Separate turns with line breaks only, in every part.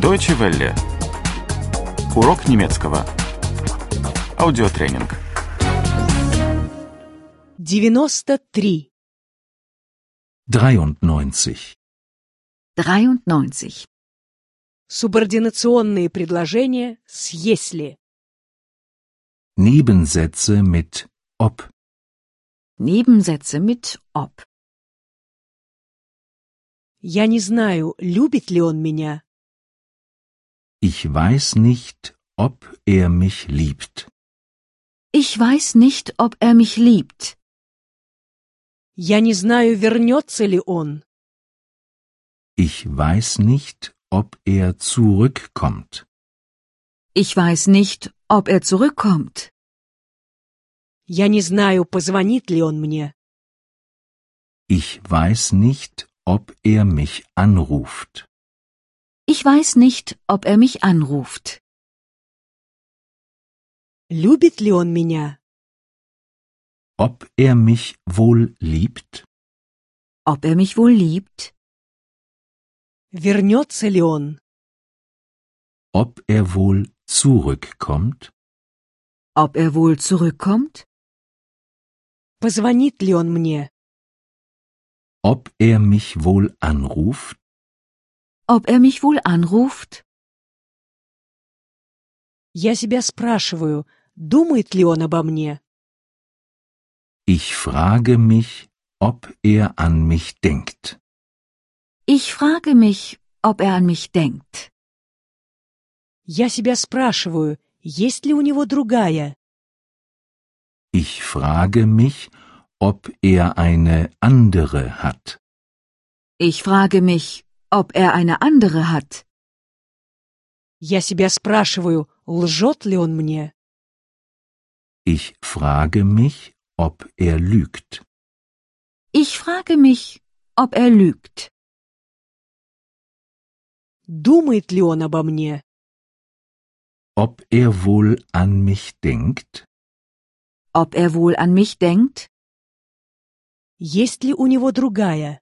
Deutsche Welle. Урок немецкого. Аудиотренинг.
93.
93.
93.
Субординационные предложения с «если».
Nebensätze mit ob.
Nebensätze mit ob.
Я не знаю, любит ли он меня.
Ich weiß nicht, ob er mich liebt.
Ich weiß nicht, ob er mich liebt.
Я не знаю, вернется ли он.
Ich weiß nicht, ob er zurückkommt.
Ich weiß nicht, ob er zurückkommt.
Я не знаю, позвонит ли он мне.
Ich weiß nicht, ob er mich anruft.
Ich weiß nicht, ob er mich anruft.
Любит ли он меня?
Ob er mich wohl liebt?
Ob er mich wohl liebt?
Вернется ли он?
Ob er wohl zurückkommt?
Ob er wohl zurückkommt?
Позвонит ли он мне?
Ob er mich wohl anruft?
Ob er mich wohl anruft?
Я себя спрашиваю, думает ли он обо мне?
Ich frage mich, ob er an mich denkt.
Ich frage mich, ob er an mich denkt.
Я себя спрашиваю, есть ли у него другая?
Ich frage mich, ob er eine andere hat.
Ich frage mich, ob er eine andere hat.
Я себя спрашиваю, лжет ли он мне?
Ich frage mich, ob er lügt.
Ich frage mich, ob er lügt.
Думает ли он обо мне?
Ob er wohl an mich denkt?
Ob er wohl an mich denkt?
Есть ли у него другая?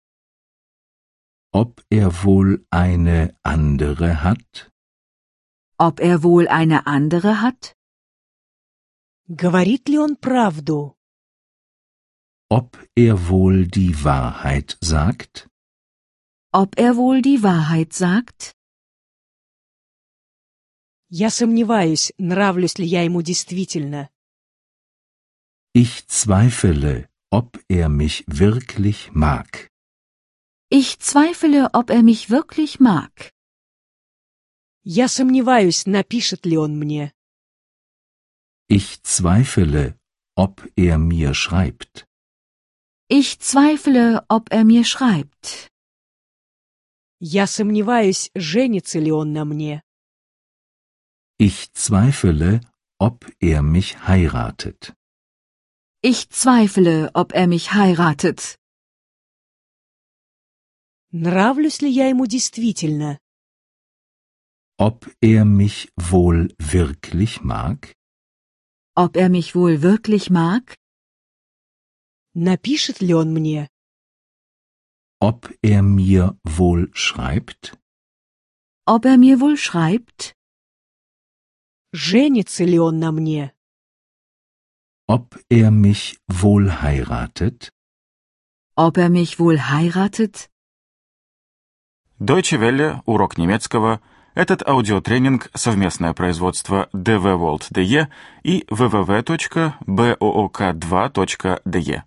Ob er wohl eine andere hat?
Ob er wohl eine andere hat?
Говорит ли он правду?
Ob er wohl die Wahrheit sagt?
Ob er wohl die Wahrheit sagt?
Я сомневаюсь, нравлюсь ли я ему действительно.
Ich zweifle, ob er mich wirklich mag.
Ich zweifle, ob er mich wirklich mag.
Я сомневаюсь, напишет ли он мне.
Ich zweifle, ob er mir schreibt.
Ich zweifle, ob er mir schreibt.
Я сомневаюсь, женится ли он на мне.
Ich zweifle, ob er mich heiratet.
Ich zweifle, ob er mich heiratet.
Нравлюсь ли я ему действительно?
Ob er mich wohl wirklich mag?
Ob er mich wohl wirklich mag?
Напишет ли он мне?
Ob er mir wohl schreibt?
Ob er mir wohl schreibt?
Женится ли он на мне?
Ob er mich wohl heiratet?
Ob er mich wohl heiratet?
Deutsche Welle. Урок немецкого. Этот аудиотренинг – совместное производство DW World DE и www.book2.de.